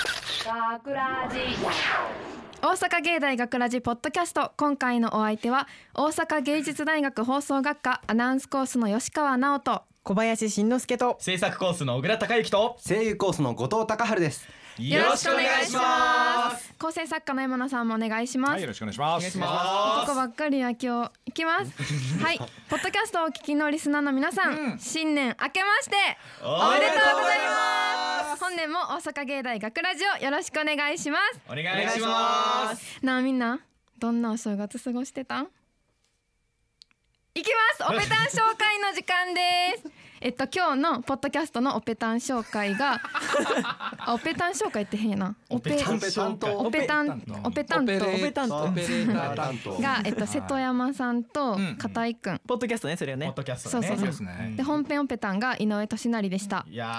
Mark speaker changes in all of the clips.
Speaker 1: 学ラジ
Speaker 2: 大阪芸大学ラジポッドキャスト今回のお相手は大阪芸術大学放送学科アナウンスコースの吉川直人
Speaker 3: 小林慎之介と
Speaker 4: 制作コースの小倉孝之と
Speaker 5: 声優コースの後藤隆治です。
Speaker 4: よろしくお願いします。
Speaker 2: 構成作家の山野さんもお願いします、
Speaker 6: はい、よろしくお願いします。
Speaker 2: 男ばっかりや今日いきますはいポッドキャストをお聞きのリスナーの皆さん、新年明けましておめでとうございます本年も大阪芸大学ラジオよろしくお願いしま
Speaker 4: お願いします。
Speaker 2: すなあみんなどんなお正月過ごしてたんいきますオペタン紹介の時間 ですえっと今日のポッドキャストのオペタン紹介が あオペタン紹介って変やなオペ
Speaker 5: ン担当
Speaker 2: オペタンオペタンと
Speaker 3: 担当
Speaker 5: 担当
Speaker 2: が、えっと、瀬戸山さんと片井くん
Speaker 3: ポッドキャストねそれは
Speaker 4: ポッ
Speaker 3: ね
Speaker 4: ドキャストね。
Speaker 2: そうそうそう
Speaker 6: ですね
Speaker 2: で。本編オペタンが井上俊成でした
Speaker 4: いや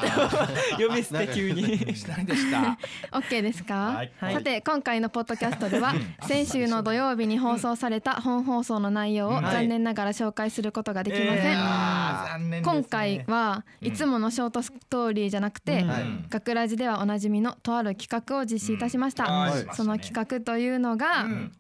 Speaker 4: ー、
Speaker 3: 呼び捨て急に
Speaker 6: しないでした。
Speaker 2: OK ですか
Speaker 4: はい
Speaker 2: さて今回のポッドキャストでは 先週の土曜日に放送された本放送の内容を
Speaker 3: はい
Speaker 2: 残念ながら紹介することができません
Speaker 4: あー残念ですね
Speaker 2: 今回はいつものショートストーリーじゃなくて、
Speaker 4: はい
Speaker 2: 学ラジではおなじみのとある企画を実施いたしました、
Speaker 4: うんはい
Speaker 2: その企画というのが、
Speaker 4: ん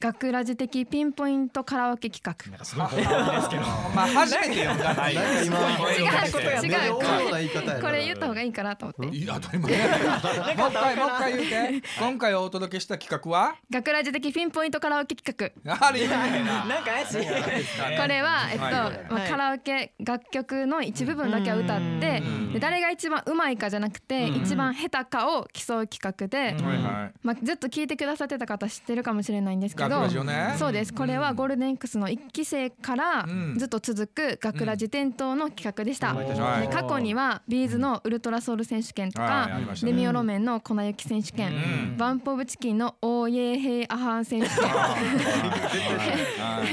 Speaker 2: 学ラジ的ピンポイントカラオケ企画
Speaker 4: なんかすごい方法ですけど。
Speaker 6: まあ初めて呼ん
Speaker 5: なん
Speaker 6: だ な。
Speaker 5: か今
Speaker 2: 違うこ
Speaker 6: ことと
Speaker 2: や
Speaker 6: や
Speaker 2: 違
Speaker 5: 違
Speaker 2: う
Speaker 5: う
Speaker 2: こ
Speaker 5: 妙な言い方や
Speaker 2: れ
Speaker 5: な
Speaker 2: これ言った方がいいかなと思って
Speaker 6: いや当たり前。もう一回もう一回言うて。今回お届けした企画は
Speaker 2: 学ラジ的ピンポイントカラオケ企
Speaker 6: やはりな。
Speaker 3: なんか怪しい
Speaker 2: 画これは、えっとま
Speaker 3: は
Speaker 2: あ、
Speaker 3: い
Speaker 2: カラオケ楽曲の一部分だけを歌ってで誰が一番うまいかじゃなくて一番下手かを競う企画で、
Speaker 6: はいはい。
Speaker 2: まあ、ずっと聞いてくださってた方知ってるかもしれないんですけど
Speaker 6: 学ラジオね
Speaker 2: そうですこれはゴールデン X の1期生から
Speaker 6: ん
Speaker 2: ずっと続く学ラジ点灯の企画でした、
Speaker 6: ん
Speaker 2: で
Speaker 6: はい
Speaker 2: 過去にはビーズのウルトラソウル選手権と
Speaker 6: はい
Speaker 2: か、
Speaker 6: ありました
Speaker 2: レ
Speaker 6: ね
Speaker 2: ミオロメンの粉雪選手権、バンプオブチキンのオーイェーヘイアハン選手権
Speaker 6: はい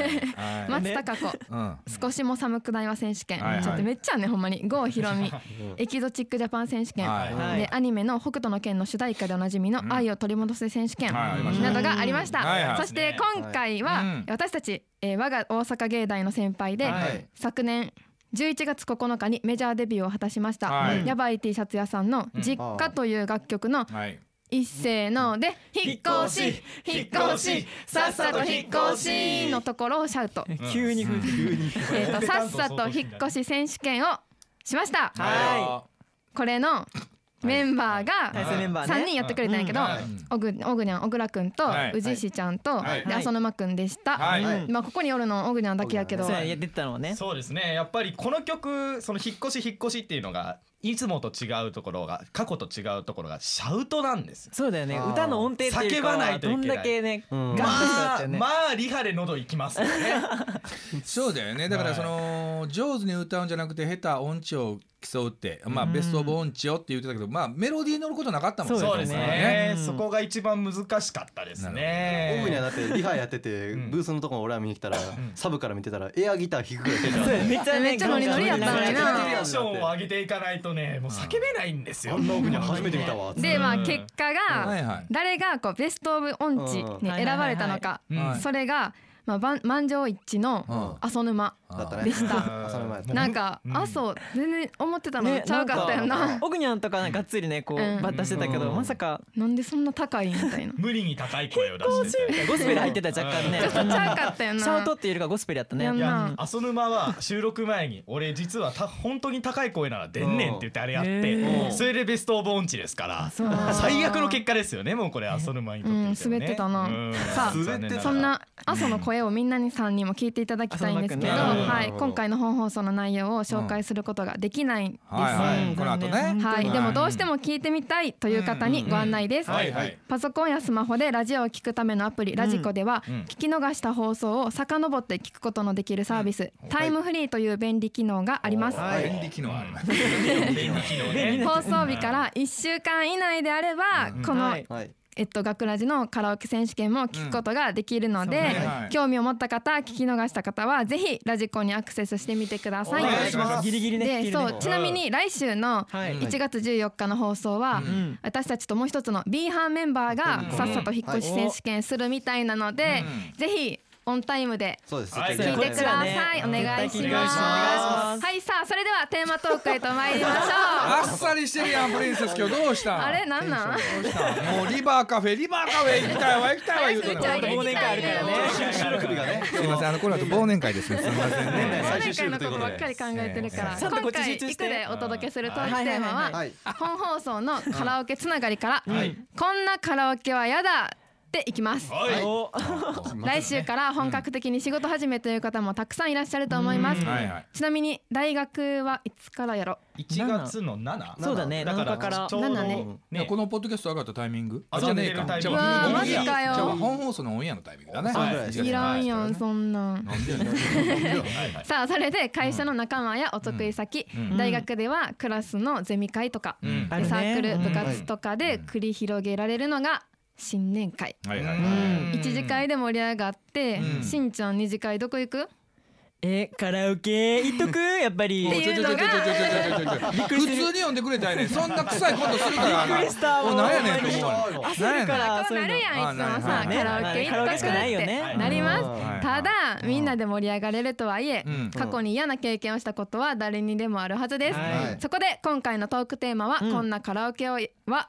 Speaker 6: はい。
Speaker 2: 松たか子
Speaker 6: うん。
Speaker 2: 少しも寒くないわ選手権、
Speaker 6: はいはい
Speaker 2: ちょっとめっちゃねほんまに郷ひろ みエキゾチックジャパン選手権、
Speaker 6: はい
Speaker 3: はい
Speaker 2: でアニメの「北斗の拳」の主題歌でおなじみの「愛を取り戻せ」選手権
Speaker 6: はいありまし
Speaker 2: な
Speaker 6: た
Speaker 2: どがありました、
Speaker 6: はいはい
Speaker 2: そして今回は
Speaker 6: うん
Speaker 2: 私たち、えー我が大阪芸大の先輩で、
Speaker 6: はい
Speaker 2: 昨年11月9日にメジャーデビューを果たしました、
Speaker 6: はい
Speaker 2: ヤバい T シャツ屋さんの「実家」という楽曲の
Speaker 6: はい。
Speaker 2: 一斉ので「引っ越し引っ越しさっさと引っ越し」のところをシャウト。
Speaker 3: 急に急に
Speaker 2: えー、とさっさと引っ越し選手権をしました、
Speaker 3: は
Speaker 2: これのメンバーが
Speaker 3: 対戦メンバーね
Speaker 2: 3人やってくれたんやけど、おぐおぐにゃん小倉くんと、
Speaker 6: はいう
Speaker 2: じいしちゃんと、
Speaker 6: はい
Speaker 2: で
Speaker 3: はい
Speaker 2: 浅沼くんでした、
Speaker 6: はい
Speaker 2: うんまあ、ここにおるの小ぐにゃんだけやけど、
Speaker 3: そうや出てたのはね
Speaker 4: そうですねやっぱりこの曲その引っ越し引っ越しっていうのがいつもと違うところが過去と違うところがシャウトなん ですよ
Speaker 3: そうだよね歌の音程っていうか
Speaker 4: 叫ばないといけ
Speaker 3: ど
Speaker 4: な
Speaker 3: ん
Speaker 4: い
Speaker 3: だけねガン
Speaker 4: ま
Speaker 3: ガンしてたっ
Speaker 4: あ
Speaker 3: て、ね
Speaker 4: まあリハで喉いきますよね
Speaker 6: そうだよね。だからその上手に歌うんじゃなくて下手音痴を競うって、まあベストオブ音痴をって言ってたけど、まあメロディーに乗ることなかったもんね
Speaker 4: そうですね
Speaker 3: うん
Speaker 4: そこが一番難しかったですね
Speaker 5: オフにはだってリハやっててブースのとこ俺ら見に来たらサブから見てたらエアギター弾くぐらい出てた
Speaker 3: そうやめっちゃね
Speaker 2: めっちゃノリノリやったのに
Speaker 4: テ
Speaker 2: な
Speaker 4: ンションを上げていかないとねもう叫べないんですよ
Speaker 5: あんなオフには初めて見たわ
Speaker 2: でまあ結果
Speaker 6: はい
Speaker 2: が
Speaker 6: はい
Speaker 2: 誰がこうベスト・オブ・オンチに選ばれたのか、
Speaker 6: うんはいはいはい
Speaker 2: それが、まあ、ばん満場一致の
Speaker 5: う
Speaker 2: 浅沼
Speaker 5: だったね
Speaker 2: でした。
Speaker 5: 朝の前
Speaker 4: もう
Speaker 2: なんか
Speaker 4: うん。
Speaker 2: 麻生全然思ってたの
Speaker 3: ね
Speaker 2: ちゃうかったよな。
Speaker 3: んかオグニャンとかなんかがっつりねこう
Speaker 2: うん
Speaker 3: バッタしてたけど
Speaker 5: うん
Speaker 3: まさか
Speaker 2: なんでそんな高いんみたいな
Speaker 4: 無理に高い声を出してて
Speaker 3: ゴスペル入ってた若干ね
Speaker 2: ちょっとちゃうかったよな。
Speaker 3: シャウトっていうよりかゴスペルやったね
Speaker 2: やん
Speaker 4: い
Speaker 2: な
Speaker 4: や浅沼は収録前に俺実はた本当に高い声なら出んねんって言ってあれやって、
Speaker 3: うん
Speaker 4: それでベストオブオンチですから
Speaker 3: そうなんだ
Speaker 4: 最悪の結果ですよねもうこれ浅沼にとってみて
Speaker 2: う
Speaker 4: もね
Speaker 2: ん滑ってたな
Speaker 4: うん
Speaker 2: さあ
Speaker 4: 残念がら
Speaker 2: そんな阿蘇の声をみんなにさんにも聞いていただきたいんですけど、
Speaker 3: あ
Speaker 6: そうなんだね
Speaker 2: はい
Speaker 5: うん、
Speaker 2: 今回の本放送の内容を紹介することができないんです。は
Speaker 6: はいはいこの後ね
Speaker 2: い、
Speaker 6: うん
Speaker 2: でもどうしても聞いてみたいという方にご案内です、
Speaker 6: うんはいはい
Speaker 2: パソコンやスマホでラジオを聞くためのアプリラジコでは聞き逃した放送を遡って聞くことのできるサービス、タイムフリーという便利機能があります、
Speaker 6: 便利機能あります
Speaker 4: 便利機能ね
Speaker 2: 放送日から1週間以内であれば、この
Speaker 3: はい
Speaker 5: はい
Speaker 2: えっと、学ラジのカラオケ選手権も聞くことができるので、
Speaker 6: うんそうねはい
Speaker 2: 興味を持った方聞き逃した方はぜひラジコにアクセスしてみてください。
Speaker 5: お願いします
Speaker 3: ギリギリね
Speaker 2: で
Speaker 3: ギリギリ
Speaker 2: そ
Speaker 3: ね
Speaker 2: うちなみに来週の
Speaker 3: はい
Speaker 2: 1月14日の放送は、
Speaker 3: ん
Speaker 2: 私たちともう一つの B 班メンバーがさっさと引っ越し選手権するみたいなので、ぜひオンタイムで
Speaker 5: そうです。
Speaker 4: はい
Speaker 2: 聞いてください、
Speaker 3: そうですね
Speaker 2: お願いし
Speaker 3: 絶対聞いてくだ
Speaker 2: ます
Speaker 3: さい
Speaker 2: はいさあそれではテーマトークへと参りましょ
Speaker 6: あ
Speaker 2: う
Speaker 6: っさりしてるやんプリンセス今日どうしたん
Speaker 2: あれなんなん
Speaker 6: どうしたんもうリバーカフェリバーカフェ行きたいわ行きたいわ言うて
Speaker 2: めっちゃ
Speaker 6: たのに
Speaker 2: 行きたいね
Speaker 5: 収録日がね。
Speaker 6: すいませんあのこの後忘年会ですねすいませんね
Speaker 5: ね
Speaker 2: 前
Speaker 5: 最終週
Speaker 2: 回の
Speaker 5: と
Speaker 2: こ
Speaker 5: いうことと
Speaker 2: ば
Speaker 5: で
Speaker 2: っかり考えてるから、
Speaker 3: ちゃんとこ
Speaker 2: 今
Speaker 3: っち
Speaker 2: 回
Speaker 3: 集中
Speaker 2: い
Speaker 3: し
Speaker 2: く
Speaker 3: て
Speaker 2: でお届けするトークテーマは
Speaker 5: はい。
Speaker 2: 本放送のカラオケつながりから、
Speaker 3: はい
Speaker 2: こんなカラオケはやだでいきます
Speaker 4: はい
Speaker 3: お
Speaker 2: 来週から本格的に仕事始めという方もたくさんいらっしゃると思います、
Speaker 6: うんはいはい
Speaker 2: ちなみに大学はいつからやろ
Speaker 4: 1月の7
Speaker 3: そうだね
Speaker 4: だか
Speaker 3: 7
Speaker 4: ら
Speaker 3: 日から
Speaker 4: ちょうど
Speaker 2: 7ね
Speaker 6: いやこのポッドキャスト上がったタイミング
Speaker 4: あ
Speaker 6: じゃねえ
Speaker 4: 上げて
Speaker 6: か
Speaker 4: る
Speaker 6: じ
Speaker 4: タイ
Speaker 6: ゃ
Speaker 4: ミング
Speaker 6: あ
Speaker 2: うわ
Speaker 6: 本
Speaker 2: マジかよ
Speaker 6: じゃあ本放送のオンエアのタイミングだね
Speaker 5: そう
Speaker 4: はい
Speaker 2: いらんやんそんなん
Speaker 6: なんでやねん
Speaker 4: はいはい
Speaker 2: さあそれで会社の仲間やお得意先、
Speaker 6: うん
Speaker 2: 大学ではクラスのゼミ会とか、
Speaker 6: うん
Speaker 3: あるね
Speaker 2: サークル
Speaker 3: うん
Speaker 2: 部活とかで繰り広げられるのが新年会、
Speaker 6: はいはい
Speaker 4: うん
Speaker 2: 一次会で盛り上がって、
Speaker 6: うん
Speaker 2: しんちゃん二次会どこ行く
Speaker 3: えカラオケ行っとくやっぱり
Speaker 2: ていうのが
Speaker 6: 普通に読んでくれたやねんそんな臭いことするから
Speaker 3: びっくりした
Speaker 6: おなんやねんと
Speaker 3: ほん
Speaker 6: 思わ
Speaker 5: まに
Speaker 6: れ
Speaker 3: 焦るか
Speaker 2: あ
Speaker 3: ら
Speaker 2: こう
Speaker 3: そうい
Speaker 2: な
Speaker 3: う
Speaker 2: るやんい
Speaker 6: あ
Speaker 2: つも
Speaker 6: な
Speaker 2: さ
Speaker 6: る
Speaker 2: カ
Speaker 6: ね
Speaker 2: ラオケ行
Speaker 3: カラオ
Speaker 2: っ
Speaker 3: ケ
Speaker 2: と
Speaker 3: し
Speaker 2: くっ
Speaker 3: かないよ
Speaker 2: て
Speaker 3: ね
Speaker 2: なります
Speaker 6: はい
Speaker 2: ただみんなで盛り上がれるとはいえ、
Speaker 6: うん
Speaker 2: 過去に嫌な経験をしたことは誰にでもあるはずです、
Speaker 3: はい
Speaker 2: そこで今回のトークテーマは、
Speaker 3: うん
Speaker 2: こんなカラオケは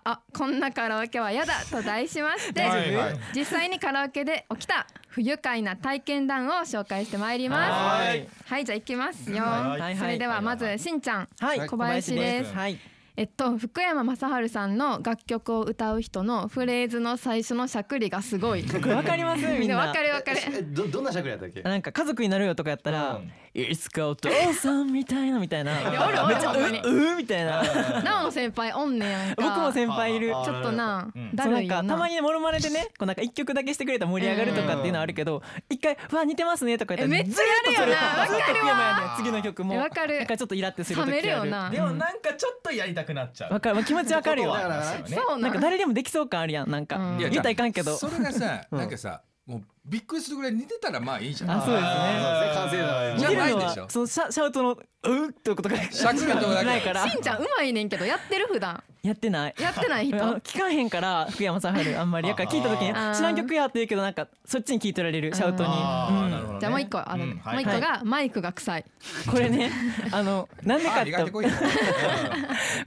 Speaker 2: あこんなカラオケは嫌だと題しまして、
Speaker 6: はいはい
Speaker 2: 実際にカラオケで起きた不愉快な体験談を紹介してまいりますは
Speaker 4: はいい
Speaker 2: じゃあ行きますよ、
Speaker 4: はい
Speaker 3: はい
Speaker 2: それではまずしんちゃん
Speaker 3: はい
Speaker 2: 小林です
Speaker 3: はい
Speaker 2: えっと福山雅治さんの楽曲を歌う人のフレーズの最初のしゃくりがすごい
Speaker 3: これ わかりますみ
Speaker 2: みん
Speaker 3: ん
Speaker 2: な
Speaker 3: な
Speaker 2: わかるわか る
Speaker 5: えどどんなしゃくりやったっけ？
Speaker 3: なんか家族になるよとかやったら、
Speaker 4: うん
Speaker 3: いつかお父さんみたいなみたいな。
Speaker 2: いやおるおる
Speaker 3: めっちゃ
Speaker 2: ほんまに
Speaker 3: うううみたいな。
Speaker 2: なおの先輩おんねやんか
Speaker 3: 僕も先輩いる
Speaker 5: あ。
Speaker 2: ちょっとな
Speaker 4: うん
Speaker 2: だ
Speaker 3: そうな
Speaker 2: る
Speaker 3: ん
Speaker 2: いよ
Speaker 3: か
Speaker 2: な
Speaker 3: たまにねモノマネ でねこうなんか一曲だけしてくれたら盛り上がるとかっていうのはあるけど一回「わ似てますね」とか言ったら
Speaker 2: えめっちゃやるよな
Speaker 3: ずっとずっと福山やね次の曲
Speaker 2: え
Speaker 3: も
Speaker 2: わかる
Speaker 3: なんかちょっとイラってする時あ
Speaker 2: 冷めるよな
Speaker 4: でもなんかちょっとやりたくなっちゃう
Speaker 3: わかるまあ気持ちわかるよ
Speaker 4: ことはありますよね
Speaker 2: そう
Speaker 3: な
Speaker 2: なん
Speaker 3: んか誰でもできそう感あるやんなん
Speaker 2: う
Speaker 3: か
Speaker 2: ん
Speaker 6: いや
Speaker 3: 言ったらいかんけど
Speaker 6: それがさなんかさもうびっくりするぐらい似てたらまあいいじゃん
Speaker 3: あそうですね
Speaker 5: そうですね完成度
Speaker 6: じ
Speaker 3: 似
Speaker 6: ゃ
Speaker 5: が
Speaker 3: てるの
Speaker 6: ないでしょ
Speaker 3: はそのシャシャウトの「う」ってことが
Speaker 6: シャクリとかだけ
Speaker 3: ないから
Speaker 2: しんちゃんうまいねんけどやってる普段
Speaker 3: やってない
Speaker 2: やってない人
Speaker 3: あの聞かへんから福山さん入るあんまりやから聞いた時に
Speaker 2: あー
Speaker 3: あ知らん曲やって言うけどなんかそっちに聞いてられるシャウトに
Speaker 4: あーなるほどね
Speaker 2: じゃあもう一個あるね
Speaker 4: うん
Speaker 2: も
Speaker 4: は
Speaker 2: う
Speaker 4: い
Speaker 2: 一個がマイクが臭い
Speaker 3: これねあのなんでか
Speaker 6: あ
Speaker 3: って
Speaker 6: 苦手
Speaker 3: こ
Speaker 6: こいな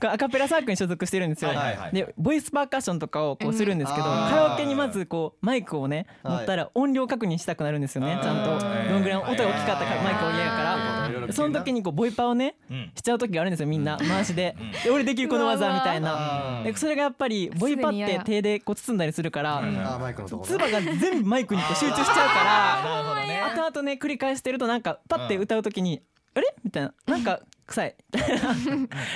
Speaker 3: れアカペラサークルに所属してるんですよ
Speaker 4: はいはいはい
Speaker 3: でボイスパーカッションとかをこうするんですけど
Speaker 5: うんあー
Speaker 3: カラオケにまずこうマイクをね
Speaker 5: はい
Speaker 3: 持ったら音量確認したくなるんですよね
Speaker 4: あー
Speaker 3: ちゃんとどんぐらいの音が大きかった
Speaker 4: は
Speaker 3: か
Speaker 4: い
Speaker 3: マイクを嫌や
Speaker 2: あ
Speaker 5: ー
Speaker 3: からその時にこうボイパをね
Speaker 4: うん
Speaker 3: しちゃう時があるんですよみんな回しで
Speaker 4: うん
Speaker 3: で俺できるこの技みたいうな
Speaker 5: わ
Speaker 3: でそれがやっぱりボイパっ
Speaker 2: すぐに嫌
Speaker 3: て
Speaker 2: や
Speaker 3: 手でこう包んだりするから
Speaker 4: うん
Speaker 5: あーマイクのとこ
Speaker 3: 唾
Speaker 5: ね。
Speaker 3: が全部マイクにこう集中しちゃうから。
Speaker 4: なるほどね
Speaker 3: あとあとね繰り返してるとなんかパッて歌うときに、あれみたいななんか臭い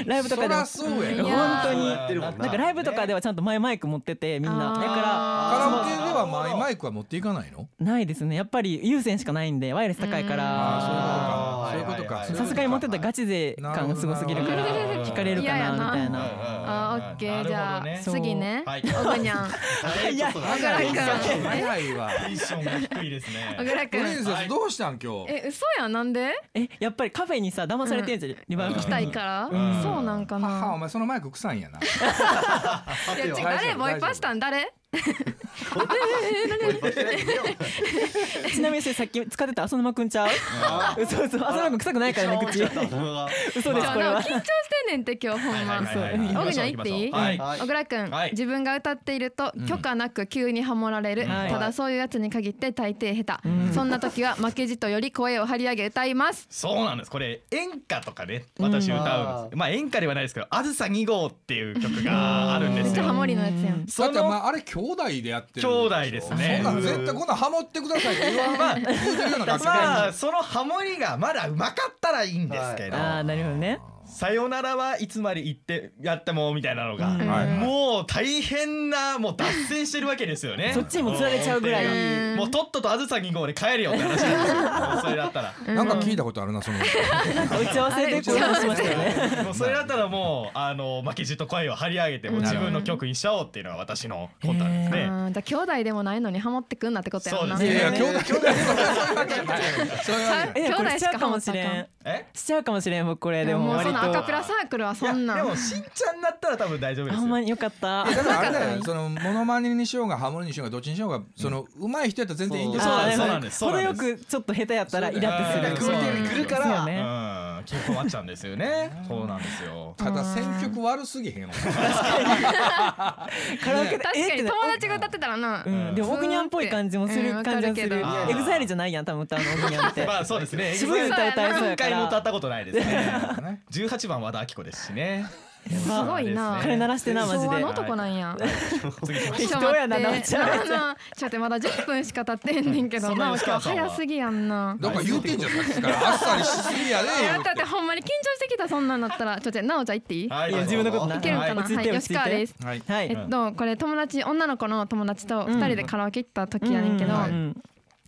Speaker 3: ライブとかで
Speaker 6: そ
Speaker 3: も
Speaker 6: らそうや
Speaker 2: い
Speaker 6: ろ
Speaker 2: や
Speaker 3: 本当に
Speaker 5: やってるもん
Speaker 3: なんかライブとかで
Speaker 4: は
Speaker 3: はちゃんと前マイク持っててみんな
Speaker 2: あー
Speaker 3: だか
Speaker 6: カラオケではマイマイクは持っていかないの
Speaker 3: らないですねやっぱり有線しかないんでワイヤレス高いか
Speaker 5: あ
Speaker 3: ら
Speaker 6: あーそういうことか
Speaker 4: あー
Speaker 6: そういうことか
Speaker 3: さすがに持ってたらガチ勢感がすごすぎるから
Speaker 6: なるほ
Speaker 4: どなるほど
Speaker 3: 聞かれるか
Speaker 2: 嫌や
Speaker 3: な
Speaker 2: な
Speaker 3: みたい
Speaker 4: うんうん
Speaker 3: な。
Speaker 2: あーオッケーじゃ
Speaker 4: なる
Speaker 2: あ
Speaker 4: ほどね
Speaker 2: 次ね
Speaker 4: はい
Speaker 2: おぐに ゃん
Speaker 5: いや
Speaker 2: 小倉くん
Speaker 6: 早いわ
Speaker 4: テンションが低いです
Speaker 2: 小
Speaker 4: ね
Speaker 2: 倉
Speaker 6: プ
Speaker 2: く
Speaker 6: リン
Speaker 2: ん
Speaker 6: セスどうしたん今日
Speaker 2: え嘘やんなんで
Speaker 3: えやっぱりカフェにさ騙されてんじゃん、リバウン
Speaker 2: 行
Speaker 3: ド
Speaker 2: きたいから
Speaker 4: うん
Speaker 2: そうなんか
Speaker 6: 母お
Speaker 2: な
Speaker 6: 前そのマイク臭いんやない
Speaker 2: や違う
Speaker 6: 大丈
Speaker 2: 誰
Speaker 6: 夫
Speaker 2: ボイパしたん誰
Speaker 3: ちなみにそれさっき使ってた浅沼くんちゃう嘘嘘浅沼くん臭くないからね口嘘です
Speaker 2: じゃあ
Speaker 3: これ
Speaker 2: な
Speaker 3: は
Speaker 2: 緊張してんねんって今日ほんま
Speaker 4: はいはいはいはい
Speaker 2: そう小倉行っていい
Speaker 4: はい
Speaker 5: はい
Speaker 2: 小倉くん、
Speaker 4: はい
Speaker 2: 自分が歌っていると許可なく急にハモられる、
Speaker 3: はい
Speaker 2: ただそういうやつに限って大抵下手、そんな時は負けじとより声を張り上げ歌います
Speaker 4: そうなんですこれ演歌とかね私歌うんですまあ演歌ではないですけど「あずさ2号」っていう曲があるんで
Speaker 2: めっ
Speaker 4: す
Speaker 2: ちゃハ
Speaker 4: よ
Speaker 2: モリのやつやん
Speaker 6: だ
Speaker 4: そ
Speaker 6: ってま
Speaker 4: の
Speaker 6: ああれ兄弟でやってる
Speaker 4: 兄弟ですね
Speaker 6: そんなん絶対こんなんハモってくださいって言わない言うてるような楽器
Speaker 4: まあそのハモリがまだうまかったらいいんですけど
Speaker 3: ああなるほどね
Speaker 4: 「さよならはいつまで言ってやっても」みたいなのが
Speaker 3: うん
Speaker 6: はい
Speaker 4: もう大変なもう脱線してるわけですよね
Speaker 3: そっちにもつられちゃうぐらい
Speaker 2: うん
Speaker 4: もうとっととあずさ2号で帰れよって話なんで すよもうそれだったら
Speaker 6: なんか聞いたことあるなその
Speaker 3: なんか打ち合わせでこう話しましたよね。
Speaker 4: もうそれだったらもうあの負けじと声を張り上げてもう自分の曲にしちゃおうっていうのは私の魂胆ですね。
Speaker 2: あーだから兄弟でもないのにハモってくんなってことやんな
Speaker 4: そう
Speaker 6: い
Speaker 4: で
Speaker 6: やい
Speaker 4: すね
Speaker 6: や兄弟兄弟でそういうわけじゃないそういうわけじゃない
Speaker 2: え
Speaker 3: え、これしちゃうかもし
Speaker 2: 兄弟しかハマったら
Speaker 3: れ
Speaker 2: あか
Speaker 3: ん
Speaker 2: ん。
Speaker 4: え
Speaker 3: しちゃうかもしれん、僕これでも
Speaker 2: もう
Speaker 3: 割
Speaker 2: のアカペラサークルはそん
Speaker 4: い
Speaker 2: な
Speaker 4: やでも
Speaker 2: ん
Speaker 4: しんちゃんだったら多分大丈夫です
Speaker 3: あ
Speaker 4: よ
Speaker 3: ほんまによかった
Speaker 6: だからあれだよねそのモノマネにしようがハモリにしようがどっちにしようがその上手い人やったら全然いいんです
Speaker 4: そう
Speaker 6: よ
Speaker 4: なんです
Speaker 3: あ
Speaker 4: そうなんですそう
Speaker 3: 程
Speaker 4: な
Speaker 3: よ
Speaker 4: んです
Speaker 3: くちょっと下手やったらイラ
Speaker 4: あ
Speaker 3: ッ
Speaker 4: ー
Speaker 3: てする
Speaker 4: そうなんですよ
Speaker 3: そうよ
Speaker 4: う
Speaker 3: ね
Speaker 4: ん結構あっちゃうんですよねそうなんですよ
Speaker 6: ただ選曲悪すぎへんわ
Speaker 3: カラオケで
Speaker 2: 確
Speaker 3: え
Speaker 2: か
Speaker 3: ーって
Speaker 2: に
Speaker 3: な
Speaker 2: 友達が歌ってたらな、
Speaker 3: うんでもオグニャンっぽい感じもする感じがする
Speaker 2: うん
Speaker 3: エ
Speaker 2: わ
Speaker 4: かるけど
Speaker 3: グザイルじゃないやん多分歌うのオグニャンって
Speaker 4: まあそ うですね
Speaker 3: 渋い歌歌えそうやか
Speaker 4: 何回も歌っ
Speaker 3: ら
Speaker 4: たことないです ね18番和田アキ子ですしね
Speaker 2: すごいな
Speaker 4: そう
Speaker 3: 彼鳴らしてなマジ
Speaker 2: 昭和
Speaker 3: で
Speaker 2: の男なんや
Speaker 4: 次行きまし
Speaker 3: 適
Speaker 4: ょ
Speaker 2: ちょっ
Speaker 3: 当
Speaker 2: と
Speaker 3: やな
Speaker 2: 待
Speaker 3: なお
Speaker 2: って
Speaker 3: ちゃん
Speaker 2: なあなあちょっと待ってまだ10分しか経ってんねんけ
Speaker 4: そ
Speaker 2: ど
Speaker 4: んな
Speaker 2: なお
Speaker 4: に
Speaker 2: 今日
Speaker 4: 吉川さんは
Speaker 2: 早すぎやんな
Speaker 6: だから言うてんじゃないで すからあっさりしすぎやで
Speaker 2: いやだってほんまに緊張してきたそんなんだったらちょっと待ってなおちゃん行っていい、
Speaker 4: うはい
Speaker 3: いや自分のことない
Speaker 2: けるんかな、
Speaker 3: 落
Speaker 2: は
Speaker 3: ち着い
Speaker 2: い
Speaker 3: て落ち着い
Speaker 2: 吉
Speaker 3: て
Speaker 2: 川です
Speaker 6: はい
Speaker 3: は
Speaker 2: え
Speaker 3: い
Speaker 2: っとこれ友達女の子の友達と2人でカラオケ行った時やねんけど、
Speaker 3: う
Speaker 4: はい
Speaker 3: ん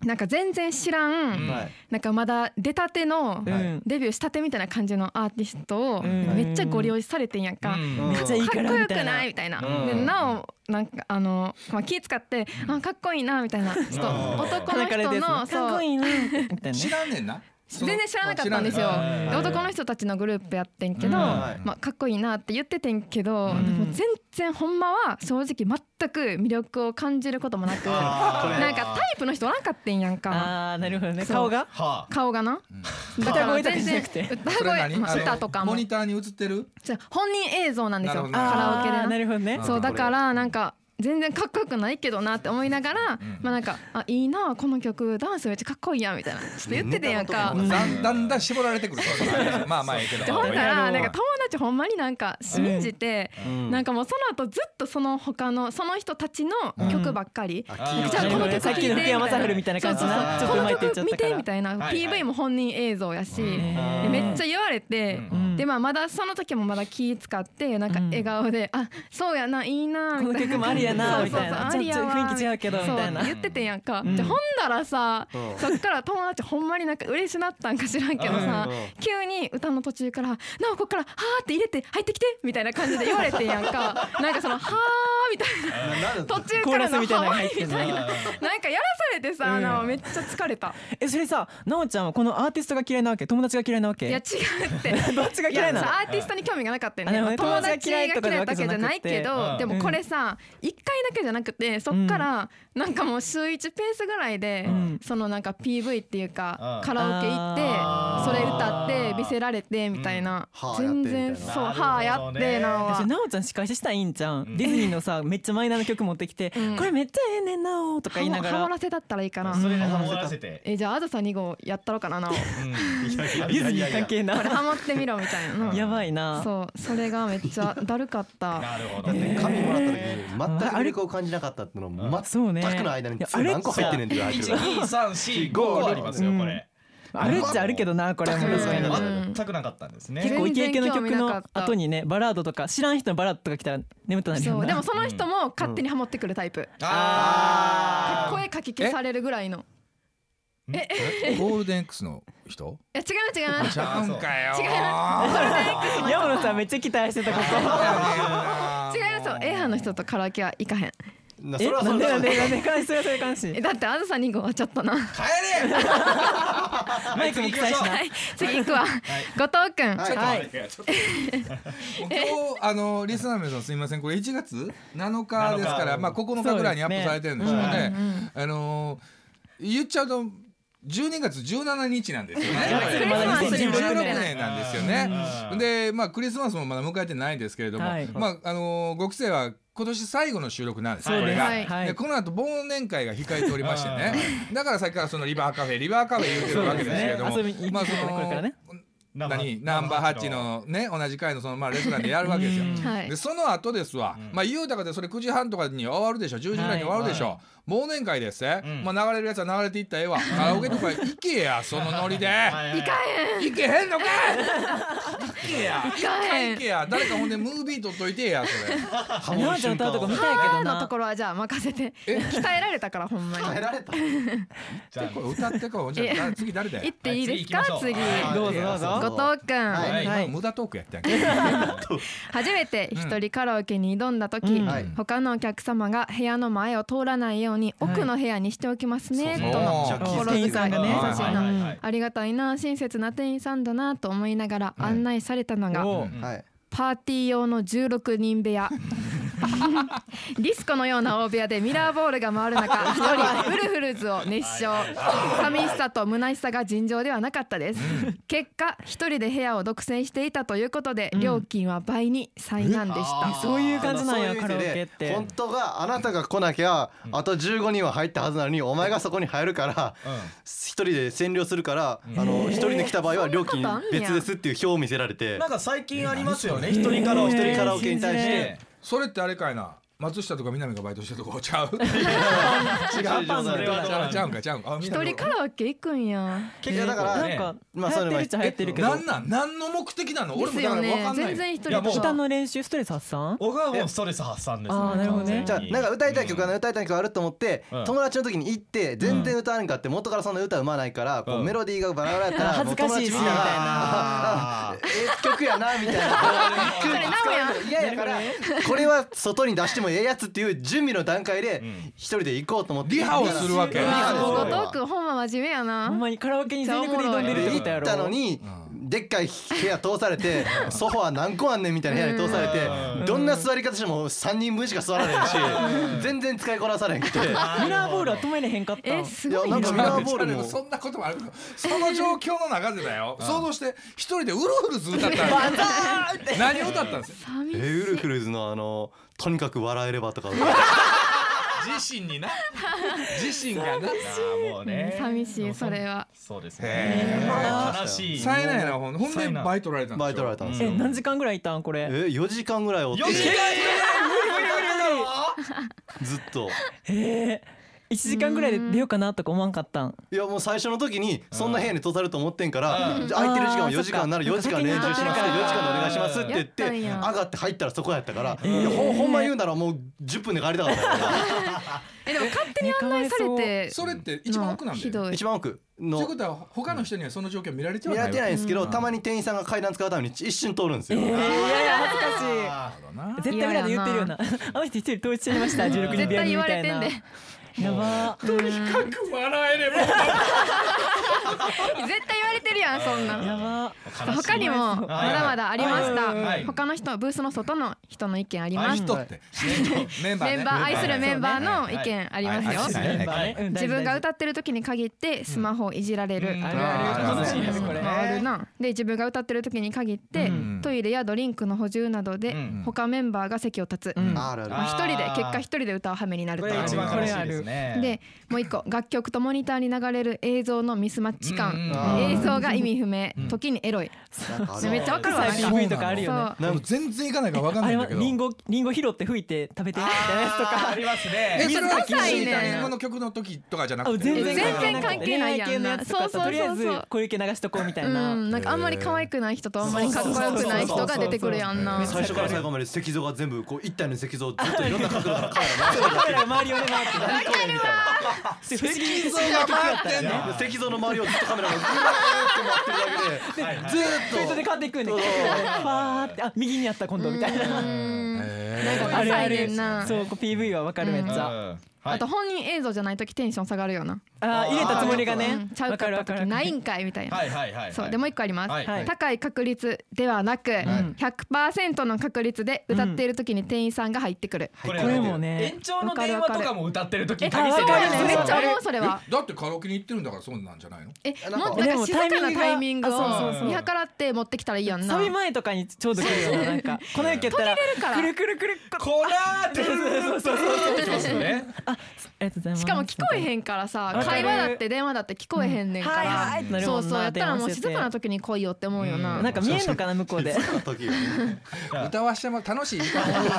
Speaker 2: なんか全然知らん、
Speaker 4: うん
Speaker 5: はい
Speaker 2: なんかまだ出たての
Speaker 3: うん
Speaker 4: はい
Speaker 2: デビューしたてみたいな感じのアーティストを
Speaker 3: うん
Speaker 2: めっちゃご利用されてんやんか、
Speaker 4: うん
Speaker 5: うん
Speaker 3: めっちゃいい
Speaker 2: か
Speaker 3: か
Speaker 2: っ
Speaker 3: ら
Speaker 2: こよ
Speaker 3: み
Speaker 2: く
Speaker 3: たいな
Speaker 2: ないみたいな、
Speaker 5: うん
Speaker 2: でなおなんかあの、まあ、気使って、あかっこいいなみたい なちょっと男の
Speaker 3: 鼻から出
Speaker 2: 人
Speaker 3: るや
Speaker 2: の
Speaker 3: つかっ
Speaker 2: そ
Speaker 3: こ
Speaker 2: う
Speaker 3: いいなみたいな
Speaker 6: 知らんねんな
Speaker 2: 全然知らなかったんですよ
Speaker 6: 知らない
Speaker 5: うん
Speaker 2: で男の人たちのグループやってんけど、
Speaker 6: うん
Speaker 5: はい
Speaker 2: まあ、かっこいいなって言っててんけど、
Speaker 3: うん
Speaker 2: もう全然ほんまは正直全く魅力を感じることもなくな
Speaker 5: あーこれ
Speaker 2: んかタイプの人おらんかってんやんか
Speaker 3: あーなるほどね
Speaker 2: そう
Speaker 3: 顔が
Speaker 4: は
Speaker 2: 顔がな、
Speaker 3: うん歌声とかじゃなくて
Speaker 2: 歌
Speaker 6: それ
Speaker 2: 声、
Speaker 6: 何
Speaker 2: まあ、
Speaker 6: あ
Speaker 2: 歌
Speaker 6: の
Speaker 2: とかも
Speaker 6: モニターに映ってる
Speaker 2: じゃあ本人映像なんですよ
Speaker 6: なる
Speaker 2: カ
Speaker 6: ほどね
Speaker 2: ラオケで
Speaker 3: あー
Speaker 2: な
Speaker 3: なるほどね
Speaker 2: そうだからなんか全然かっこよくないけどなって思いながら、まあなんかあいいなこの曲ダンスめっちゃかっこいいやみたいなちょっと言っててんやんか。
Speaker 6: だんだんだん絞られてくるからまあまあええけど
Speaker 2: でほんならなんか
Speaker 3: や
Speaker 2: 友達ほんまになんか信じて、
Speaker 5: うん
Speaker 2: なんかもうその後ずっとその他のその人たちの曲ばっかり、
Speaker 5: あ
Speaker 4: うん
Speaker 5: 聞い
Speaker 2: じゃ
Speaker 5: た
Speaker 2: あ
Speaker 5: こと
Speaker 2: この
Speaker 5: ない
Speaker 2: 曲
Speaker 3: さっきの福山雅治みたいな感じなち
Speaker 2: そうそう
Speaker 3: ょっと
Speaker 2: こ
Speaker 3: 上手い
Speaker 2: の
Speaker 3: って言っち
Speaker 2: 曲
Speaker 3: ゃっ
Speaker 2: 見
Speaker 3: たか
Speaker 2: て
Speaker 3: ら
Speaker 2: みたいな、
Speaker 4: はいはい
Speaker 2: PV も本人映像やし、
Speaker 3: へー
Speaker 2: でめっちゃ言われて、
Speaker 3: うん
Speaker 2: でまあまだその時もまだ気使ってなんか笑顔で、あそうやないいなみ
Speaker 3: この
Speaker 2: たいな
Speaker 3: 曲もありやなみたいな
Speaker 2: そうそうそうあ
Speaker 3: ちょ
Speaker 2: り
Speaker 3: っ
Speaker 2: や
Speaker 3: と
Speaker 2: わ
Speaker 3: 雰囲気違うけどみ
Speaker 2: そう
Speaker 3: たいな
Speaker 2: 言っててんやんか、
Speaker 3: うん
Speaker 2: じゃほんならさ、
Speaker 5: うん
Speaker 2: そっから友達ほんまになんか嬉しなったんか知らんけどさ、
Speaker 5: うんうん
Speaker 2: 急に歌の途中から「なおこっからはーって入れて入ってきて」みたいな感じで言われてんやんかなんかその「はーみたいな
Speaker 5: なん
Speaker 2: 途中
Speaker 3: コー
Speaker 2: から
Speaker 3: ラス
Speaker 2: の「
Speaker 3: みたいなの
Speaker 2: は
Speaker 3: が
Speaker 2: ー
Speaker 3: 入
Speaker 2: い
Speaker 3: っ」て
Speaker 2: み
Speaker 3: ん
Speaker 2: たいな
Speaker 3: な
Speaker 2: なんかやらされてさ、なおめっちゃ疲れた
Speaker 3: えそれさなおちゃんはこのアーティストが嫌いなわけ友達が嫌いなわ
Speaker 2: いや違
Speaker 3: け
Speaker 2: うって
Speaker 3: どっちが嫌いなの
Speaker 2: やさアーティストに興味がなかったよ
Speaker 3: あ
Speaker 2: ね
Speaker 3: でもね
Speaker 2: 友
Speaker 3: 友達
Speaker 2: 達
Speaker 3: が
Speaker 2: が
Speaker 3: 嫌
Speaker 2: 嫌
Speaker 3: い
Speaker 2: い
Speaker 3: とか
Speaker 2: だけじゃないけ
Speaker 4: う
Speaker 2: ど
Speaker 4: ん
Speaker 2: でもこれさ1回だけじゃなくてそっからなんかもう週1ペースぐらいで
Speaker 3: ん
Speaker 2: そのなんか PV っていうか
Speaker 4: うん
Speaker 2: カラオケ行
Speaker 3: あ
Speaker 2: って
Speaker 5: ー
Speaker 2: それ歌って見せられてみたいな
Speaker 5: うんはあやって
Speaker 2: 全
Speaker 5: みたい
Speaker 2: 然
Speaker 5: な
Speaker 2: そう
Speaker 4: なるほどね
Speaker 2: はあやってなお
Speaker 3: えそ
Speaker 2: は
Speaker 3: れ。なおちゃん司会者したらいいんじゃ
Speaker 4: うんん
Speaker 3: ディズニーのさめっちゃマイナーな曲持ってきて
Speaker 2: うん
Speaker 3: これめっちゃええねんなおとか言いなが
Speaker 2: ハモら
Speaker 3: ら
Speaker 2: せだったらいいかな
Speaker 4: あそれでハモらせて
Speaker 2: えじゃああずさ2号やったろかななおこ
Speaker 5: か
Speaker 3: ディズニー関係
Speaker 2: れ
Speaker 3: な
Speaker 2: ハモってみろみたいな
Speaker 3: や ばいな
Speaker 2: そうそれがめっちゃだるかった
Speaker 4: なるほ
Speaker 5: だ
Speaker 4: ど
Speaker 5: って
Speaker 4: ね
Speaker 5: 紙もらった時に全く魅力を感じなかったってのも
Speaker 3: そうね
Speaker 5: 全くの間に
Speaker 3: いや
Speaker 5: それ何個入ってんねんっていう
Speaker 4: 一
Speaker 5: 相手が
Speaker 4: 二三四五個ありますよこれ
Speaker 3: あるっちゃあるけどなこれも
Speaker 4: 全
Speaker 3: 確かに
Speaker 2: うん
Speaker 4: く全くなかったんです
Speaker 3: 結
Speaker 4: ね
Speaker 3: 構イケイケの曲
Speaker 2: 全然興味な
Speaker 3: の
Speaker 2: かった
Speaker 3: 後にねバラードとか知らん人のバラードとか来たら眠たなるよ
Speaker 2: そうで
Speaker 3: な
Speaker 2: もその人も勝手にハモってくるタイプ
Speaker 4: あ
Speaker 2: 声かき消されるぐらいの
Speaker 6: ゴールデン X の人
Speaker 2: いや違う違う
Speaker 6: ちゃうんかよ
Speaker 2: 違います。ゴールデン X の人
Speaker 3: 山野さんめっちゃ期待してたこ
Speaker 2: 違いますよ。A 班の人とカラオケは行かへん。
Speaker 5: な
Speaker 3: とえ
Speaker 5: それは
Speaker 3: な
Speaker 5: そ
Speaker 3: んで
Speaker 5: れ
Speaker 3: な
Speaker 5: は
Speaker 3: んでなんで関心それ関心
Speaker 2: えだってあずさ2号はちょっとな。は
Speaker 4: 帰れマイクも
Speaker 3: 期待しない
Speaker 2: い。次行くわ。後藤くん。
Speaker 5: はい
Speaker 6: はい、ちょっと今日あのリスナーの皆さんすみませんこれ1月7日ですか
Speaker 4: 7
Speaker 6: ら
Speaker 4: 日
Speaker 6: まあ9日ぐらいにアップされてるんですよ
Speaker 4: そうです
Speaker 6: ねあのー言っちゃうと12月17日なんですよ ね。
Speaker 2: スマス
Speaker 6: 2016
Speaker 2: 2016
Speaker 6: 年なんですよね。で、まあクリスマスもまだ迎えてないですけれども、
Speaker 3: はい
Speaker 6: まああのーご期生は今年最後の収録なんです
Speaker 3: そ
Speaker 6: よ。
Speaker 3: う
Speaker 6: こ
Speaker 3: で
Speaker 6: れ
Speaker 3: す
Speaker 6: が。
Speaker 2: はい
Speaker 3: は
Speaker 6: で
Speaker 3: い
Speaker 6: この後忘年会が控えておりましてねだからさっきからそのリバーカフェリバーカフェ言うてるわけですけれども、
Speaker 3: そうですね遊びに行くからねこれからね
Speaker 6: 何ナンバーハッチのね同じ回のそのまあレストランでやるわけですよ。
Speaker 2: はい
Speaker 6: で。その後ですわ、まあ言うたかでそれ9時半とかに終わるでしょ10時ぐらいに終わるでしょ、忘年会ですね、
Speaker 4: うん
Speaker 6: まあ流れるやつは流れていったらええわカラオケとか行け やそのノリで
Speaker 4: いか
Speaker 6: 行けへんのかい行けや
Speaker 2: 行かへん
Speaker 6: 行けや誰かほんでムービー撮っといてやそれ
Speaker 5: ハモ
Speaker 3: なお
Speaker 5: る
Speaker 3: ちゃん歌
Speaker 5: 瞬間
Speaker 3: うとこ見
Speaker 5: を
Speaker 3: たいけど
Speaker 2: のと
Speaker 3: な
Speaker 2: ころはじゃあ任せて。
Speaker 6: え
Speaker 2: 鍛えられたからほんまに。
Speaker 5: 変えられた
Speaker 4: じゃあ
Speaker 6: これ歌ってこうじゃあ
Speaker 2: え
Speaker 6: 誰次誰だよ
Speaker 2: 行っていいですか
Speaker 4: はい次
Speaker 2: 次
Speaker 4: 行きましょう。
Speaker 3: どうぞどうぞ
Speaker 2: 後後藤くん、
Speaker 5: はい
Speaker 6: はい、
Speaker 3: はい
Speaker 6: 今無駄トークやったんやけど
Speaker 2: 初めて一人カラオケに挑んだ時、
Speaker 3: うん
Speaker 5: はい
Speaker 2: 他のお客様が部屋の前を通らないように
Speaker 3: はい
Speaker 2: 奥の部屋にしておきますね、
Speaker 4: そう
Speaker 2: との
Speaker 6: もう
Speaker 5: ジャッキー
Speaker 2: 心遣いがね
Speaker 3: 店
Speaker 2: 優
Speaker 3: 員
Speaker 2: しい
Speaker 3: さん
Speaker 2: な、
Speaker 3: がね
Speaker 4: はい
Speaker 2: ありがたいな親切な店員さんだなと思いながら
Speaker 6: はい
Speaker 2: 案内されたのが、
Speaker 3: お
Speaker 6: う
Speaker 3: うん
Speaker 5: はい
Speaker 2: パーティー用の16人部屋ディスコのような大部屋でミラーボールが回る中一人ウルフルズを熱唱寂しさと虚しさが尋常ではなかったです結果一人で部屋を独占していたということで、
Speaker 3: うん
Speaker 2: 料金は倍に最難でし
Speaker 4: えあ
Speaker 2: た
Speaker 4: ー
Speaker 3: そういう感じなん
Speaker 5: あ
Speaker 3: や
Speaker 5: の
Speaker 3: カラオケっ
Speaker 5: そういう意味で
Speaker 3: て
Speaker 5: 本当はあなたが来なきゃあと15人は入ったはずなのにお前がそこに入るから一人で占領するからあの一人で来た場合は料金別ですっていう表を見せられて
Speaker 4: なんか最近ありますよね
Speaker 6: え
Speaker 4: 一人カラオケ
Speaker 5: 一
Speaker 4: 一
Speaker 5: 人
Speaker 4: 人
Speaker 5: カ
Speaker 4: カ
Speaker 5: ラ
Speaker 4: ラ
Speaker 5: オ
Speaker 4: オ
Speaker 5: ケ
Speaker 4: ケ
Speaker 5: に対して
Speaker 6: それってあれかいな松下とか南がバイトしてるとこちゃ う
Speaker 5: 違う
Speaker 3: パン
Speaker 5: それ
Speaker 4: は
Speaker 5: は
Speaker 6: ちゃうちゃうんかちゃうんかあ
Speaker 2: 一人カラオケ行くんや
Speaker 5: いやだから
Speaker 3: なんか流
Speaker 5: まあ
Speaker 3: 行って
Speaker 5: それは
Speaker 3: るっちゃ流行ってるけど
Speaker 6: なんなん何の目的なの
Speaker 2: で
Speaker 6: 俺も
Speaker 2: す
Speaker 6: だ
Speaker 2: よ
Speaker 6: から分
Speaker 2: ね
Speaker 6: かんない
Speaker 2: 全然一人
Speaker 4: いやもう
Speaker 2: と
Speaker 3: 歌
Speaker 2: か
Speaker 3: の練習ストレス発散
Speaker 4: 僕はもうストレス発散ですね
Speaker 3: あーなるほどね
Speaker 5: じゃあなんか歌いたい曲がね歌いたい曲あると思って
Speaker 4: うん
Speaker 5: 友達の時に行って全然歌わんかって元からそんな歌うまないからこ
Speaker 4: う
Speaker 5: うんメロディーがバラバラやったら
Speaker 3: あ恥ずかしいし
Speaker 5: もう友達
Speaker 3: み
Speaker 5: み
Speaker 3: たい
Speaker 5: んなが
Speaker 4: あー
Speaker 5: ええ曲やな みたいな
Speaker 2: それなんや
Speaker 5: 嫌やからこれは外に出してもええやつっていう準備の段階で一人で行こうと思って
Speaker 6: リハをするわけ
Speaker 5: リハです
Speaker 2: 後
Speaker 5: よ
Speaker 2: 藤君ほんま真面目やな
Speaker 3: ほんまにカラオケに全力で挑んでるって
Speaker 5: で
Speaker 3: こ
Speaker 5: 行
Speaker 3: とや
Speaker 5: っ
Speaker 3: ろ
Speaker 5: たのにでっかい部屋通されてソファー何個あんねんみたいな部屋に通され
Speaker 4: う
Speaker 5: てどんな座り方しても3人分しか座られんし全然使いこなされへんくて
Speaker 3: ミラーボールは止めれへんかった
Speaker 2: え
Speaker 3: ん
Speaker 2: すごい
Speaker 5: いや
Speaker 2: ね
Speaker 5: なんかミラーボールも
Speaker 6: そんなこともあるけどその状況の中でだよ想像して一人でウルフルズ歌 ったら何を歌ったんですか
Speaker 2: 寂し
Speaker 5: え
Speaker 2: い
Speaker 5: ーウルフルズのあのとにかく笑えれば とか
Speaker 6: 自身 にな自身がな
Speaker 4: あーもうね
Speaker 2: 寂しいそれは
Speaker 4: そうです
Speaker 6: へ
Speaker 4: ね
Speaker 5: ー
Speaker 4: 悲しい
Speaker 6: 冴えないなほんほんで
Speaker 4: 冴えない
Speaker 6: バイトられたんです
Speaker 5: バイ
Speaker 6: よ
Speaker 5: トられたんです
Speaker 3: え
Speaker 5: よ
Speaker 3: 何時間ぐらいいたんこれ
Speaker 5: え4時間ぐらいおって
Speaker 4: よし
Speaker 5: ずっと
Speaker 3: え1時間ぐらいで出ようかなとか思わんかったん
Speaker 5: いやもう最初の時にそんな部屋に通されると思ってんから
Speaker 4: うん
Speaker 5: じゃあ空いてる時間
Speaker 3: あ
Speaker 5: も
Speaker 3: ー
Speaker 5: 4時間なら
Speaker 3: そっ
Speaker 5: 4
Speaker 3: か
Speaker 5: 時間練習します
Speaker 3: 先
Speaker 5: 4
Speaker 3: に
Speaker 5: 時間でお願いしますって言って
Speaker 2: やったん
Speaker 5: 上
Speaker 2: や
Speaker 5: がって入ったらそこやったから
Speaker 3: えー
Speaker 5: いやほん ほんま言うならもう10分で帰りたか ったか
Speaker 2: えでも勝手に案内されて
Speaker 6: それって一番奥なんだ
Speaker 2: ひ
Speaker 6: よね
Speaker 2: ど
Speaker 5: ら
Speaker 2: い
Speaker 5: 一番奥
Speaker 6: という
Speaker 5: の
Speaker 6: ことは他の人にはその状況見られては
Speaker 5: 見
Speaker 6: ない
Speaker 5: られてないんですけ
Speaker 6: う
Speaker 5: ど
Speaker 6: ん
Speaker 5: たまに店員さんが階段使うために一瞬通るんですよ
Speaker 3: えーいやいや恥ずかしい
Speaker 6: なるほどな
Speaker 3: 絶対裏で言ってるようなあの人一人統一してました16人
Speaker 2: 絶
Speaker 3: 部屋
Speaker 2: 対言
Speaker 3: にみ
Speaker 2: わ
Speaker 3: た
Speaker 2: れ
Speaker 3: い
Speaker 2: てん
Speaker 3: な
Speaker 2: で
Speaker 3: やばー
Speaker 6: 笑えれば
Speaker 2: 絶対言われてるやんそんなん
Speaker 3: やば
Speaker 2: 他にもまだまだありました、
Speaker 4: はいはい
Speaker 2: 他の人ブースの外の人の意見あります、
Speaker 6: 人ってメンバーね
Speaker 2: メンバー愛するメンバーの意見ありますよ、
Speaker 6: はいはい
Speaker 3: ーメンバーねうん
Speaker 2: 自
Speaker 3: 大事
Speaker 2: 分が
Speaker 3: 大事
Speaker 2: 歌ってる時に限ってスマホをいじられる、
Speaker 6: うん
Speaker 3: あるある
Speaker 4: 悲しいです
Speaker 3: これ
Speaker 2: まああるなで自分が歌ってる時に限って、
Speaker 6: うん
Speaker 2: トイレやドリンクの補充などで、
Speaker 4: うん
Speaker 2: 他メンバーが席を立つ、
Speaker 3: ん
Speaker 2: ま
Speaker 5: あるある
Speaker 2: あ、一人で結果一人で歌をはめになると
Speaker 4: これ一番悲しいですね
Speaker 2: でもう一個楽曲とモニターに流れる映像のミスマッチ感、
Speaker 5: うん
Speaker 2: 映像が意味不明、
Speaker 6: うん
Speaker 2: 時にエロい、
Speaker 5: なんかある
Speaker 2: めっちゃわかるわ
Speaker 3: さ
Speaker 2: なんか
Speaker 3: PV とかある
Speaker 2: そ
Speaker 3: よね
Speaker 2: う
Speaker 5: なんか
Speaker 6: 全然い かないから分かん
Speaker 3: あ
Speaker 6: ない
Speaker 3: れ
Speaker 6: ん
Speaker 3: は
Speaker 6: だけど
Speaker 3: リンゴリンゴ拾って吹いて食べてみたいなやつと
Speaker 4: あ
Speaker 3: か
Speaker 4: りますね
Speaker 6: えそれは
Speaker 2: ダサいね
Speaker 6: 一緒にリンゴの曲の時とかじゃな
Speaker 3: あ
Speaker 6: くて
Speaker 3: 全然
Speaker 2: 全然関係ないやんな
Speaker 3: 恋愛系のやつとか
Speaker 2: そうそうそうそう
Speaker 3: とりあえずこういう系流しとこうみたいな、
Speaker 2: うん、なんかあんまり可愛くない人とあんまりかっこよくない人が出てくるやんな
Speaker 5: 最初から最後まで石像が全部こう一体の石像をずっといろんな角度から
Speaker 3: カメラが周りをね回って
Speaker 5: 何これみたいな
Speaker 3: 不思議不思議な曲やったよね
Speaker 5: いや石像の周りをずっとカメラがずーっ
Speaker 3: フェイトで
Speaker 5: と回ってるだけでずーっと
Speaker 3: 変わっていくんだけどファーってあ右にあった今度みたいな、
Speaker 2: うん
Speaker 6: え
Speaker 2: なん
Speaker 6: ー
Speaker 2: か
Speaker 3: ある
Speaker 2: ダ
Speaker 3: あ
Speaker 2: サいね
Speaker 3: る
Speaker 2: んな
Speaker 3: そうこう PV はわかるめっちゃ、
Speaker 2: あと本人映像じゃない時テンション下がるよな、
Speaker 3: あー入れたつもりが
Speaker 2: う
Speaker 3: ね
Speaker 2: ん、ちゃ
Speaker 3: わ
Speaker 2: うか
Speaker 3: かる
Speaker 2: っ
Speaker 3: わ
Speaker 2: た
Speaker 3: か
Speaker 2: 時
Speaker 3: る。
Speaker 2: ないんかいみたいな、
Speaker 4: はいはいはい
Speaker 2: そうでもう一個あります、
Speaker 4: はい
Speaker 3: はい
Speaker 2: 高い確率ではなく、
Speaker 3: ん
Speaker 2: 100%の確率で歌っている時に店員さんが入ってくる、
Speaker 4: こ
Speaker 3: これもね
Speaker 4: 延長の電話とかも歌ってる時に
Speaker 2: え
Speaker 4: 限っ
Speaker 2: そ
Speaker 4: て
Speaker 2: う
Speaker 3: わかる
Speaker 2: やね
Speaker 3: わかる
Speaker 2: めっちゃ思うそれは
Speaker 6: だってカラオケに行ってるんだからそうなんじゃないの
Speaker 2: え
Speaker 5: なんか
Speaker 2: もっとなんか静かなタイミングを
Speaker 3: でもタイミングがあそう
Speaker 4: そうそう
Speaker 2: 見計らって持ってきたらいいやんな
Speaker 3: サビ前とかにちょうど来るようななん かこの駅やったら
Speaker 2: るから
Speaker 3: くるくるくるこ
Speaker 4: こらーってそうね
Speaker 3: ありがとうございます
Speaker 2: しかも聞こえへんからさ
Speaker 3: わか
Speaker 2: 会
Speaker 3: る
Speaker 2: 話だって電話だって聞こえへんねんか
Speaker 3: はい
Speaker 2: ら、
Speaker 3: はいってなる
Speaker 2: そ
Speaker 3: も
Speaker 2: うん
Speaker 3: な
Speaker 2: そうやったらもう
Speaker 3: 電話し
Speaker 2: 静
Speaker 3: てて
Speaker 2: かな時に来いよって思うよな、
Speaker 3: なんか見えんのかな向こうで
Speaker 5: その時より
Speaker 6: 歌わしても楽しい歌を過ご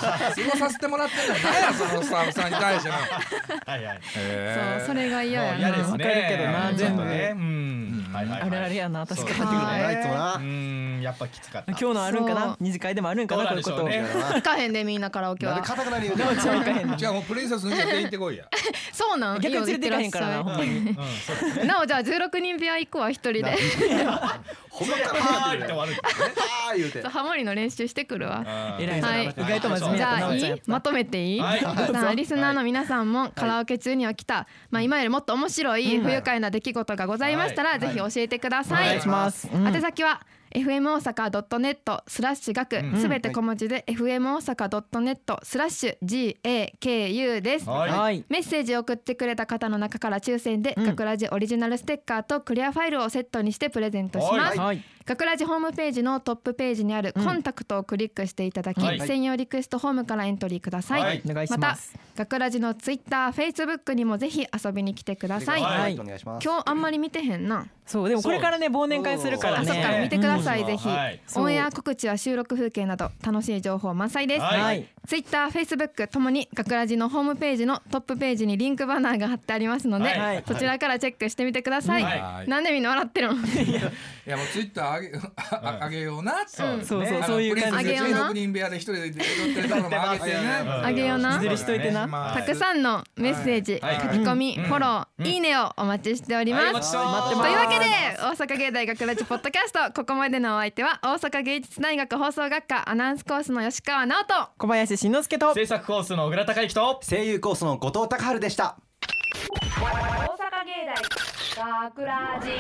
Speaker 6: させてもらってんだからやそのスタッフさんに対しての
Speaker 4: はいはい
Speaker 6: へ
Speaker 2: そうそれが嫌やな
Speaker 4: 嫌ですね
Speaker 6: うん
Speaker 4: はいはい
Speaker 3: あれあれやな確かに
Speaker 2: そうはい
Speaker 5: あいつもな
Speaker 4: うんやっぱきつかった
Speaker 3: 今日のあるんか
Speaker 2: そう
Speaker 3: な二次会でもあるんかなこういうこと
Speaker 4: どうなんでしょうね
Speaker 2: 行かへんでみんなカラオケ
Speaker 5: なん
Speaker 2: は
Speaker 5: で硬くなり言うてんの
Speaker 3: ちょいかへん
Speaker 6: ーじゃあもうプリンセス抜いて全員行ってこいや
Speaker 2: そうなん
Speaker 3: 逆に連れていかへんからな
Speaker 2: よ
Speaker 3: ほんまに
Speaker 4: うんそう
Speaker 2: なおじゃあ16人部屋行くわ一人で
Speaker 5: ほんまかな
Speaker 4: は
Speaker 5: ーってて言う
Speaker 4: ーいっ終わるんだよね
Speaker 5: てはーい言うて
Speaker 2: そうハモリの練習してくるわ。
Speaker 4: うん
Speaker 3: 偉いな、
Speaker 2: はい
Speaker 3: 意外と真面目
Speaker 2: じ
Speaker 3: やった
Speaker 2: ゃ
Speaker 3: な
Speaker 2: あ
Speaker 3: おちゃんや
Speaker 2: い
Speaker 3: っ
Speaker 2: い
Speaker 3: ぱ
Speaker 2: まとめていい、
Speaker 4: はい
Speaker 2: さあリスナーの皆さんもカラオケ中には来た、まあ、今よりもっと面白い不愉快な出来事がございましたら、
Speaker 4: はい
Speaker 2: ぜひ教えてください、
Speaker 3: お願いします、うん
Speaker 2: 宛先は fm 大阪 .net スラッシュ学
Speaker 4: うん
Speaker 2: すべて小文字で fm 大阪 .net スラッシュ GAKU です、
Speaker 4: はい
Speaker 3: はい
Speaker 2: メッセージを送ってくれた方の中から抽選で、
Speaker 3: うん
Speaker 2: 学ラジオリジナルステッカーとクリアファイルをセットにしてプレゼントします、
Speaker 4: はい
Speaker 3: はい
Speaker 2: 学ラジホームページのトップページにある「コンタクト」をクリックしていただき、
Speaker 4: はい
Speaker 2: 専用リクエストフォームからエントリーください、
Speaker 4: はい
Speaker 3: お願いし
Speaker 2: ま
Speaker 3: ま
Speaker 2: た
Speaker 3: す
Speaker 2: 学ラジのツイッターフェイスブックにもぜひ遊びに来てください、
Speaker 4: はい
Speaker 5: お願いします
Speaker 2: 今日あんまり見てへんな、
Speaker 3: そうでもこれからね忘年会するから
Speaker 2: あ
Speaker 3: ね
Speaker 2: そっか見てください、
Speaker 4: うん
Speaker 2: ぜひ、
Speaker 4: はい
Speaker 2: オンエア告知は収録風景など楽しい情報満載です、
Speaker 4: はい
Speaker 3: はい
Speaker 2: ツイッター、フェイスブックともに学ラジのホームページのトップページにリンクバナーが貼ってありますので、
Speaker 4: はい
Speaker 2: そちらからチェックしてみてください、
Speaker 6: はい
Speaker 2: なんでみんな笑ってるの
Speaker 6: いやもうツイッターあげああげようなって
Speaker 4: そうです
Speaker 3: そう
Speaker 4: ね
Speaker 3: そう
Speaker 6: あの
Speaker 3: そういう感
Speaker 2: あ
Speaker 3: じ
Speaker 2: げ
Speaker 6: プリ
Speaker 3: で
Speaker 2: よう
Speaker 6: ンセス
Speaker 2: な
Speaker 6: 16人部屋で一人で踊ってるところもあげてね
Speaker 2: あげような
Speaker 3: 自撮りしといてな
Speaker 2: たくさんのメッセージ、
Speaker 4: はい
Speaker 2: 書き込み、
Speaker 4: うん
Speaker 2: フォロー、いいねをお待ちしております、
Speaker 4: 待
Speaker 2: というわけで大阪芸大学ラジポッドキャストここまでのお相手は大阪芸術大学放送学科アナウンスコースの吉川直人
Speaker 3: 小林慎之介と
Speaker 4: 制作コースの小倉孝之と
Speaker 5: 声優コースの後藤隆治でした
Speaker 1: 大阪芸大学ラジ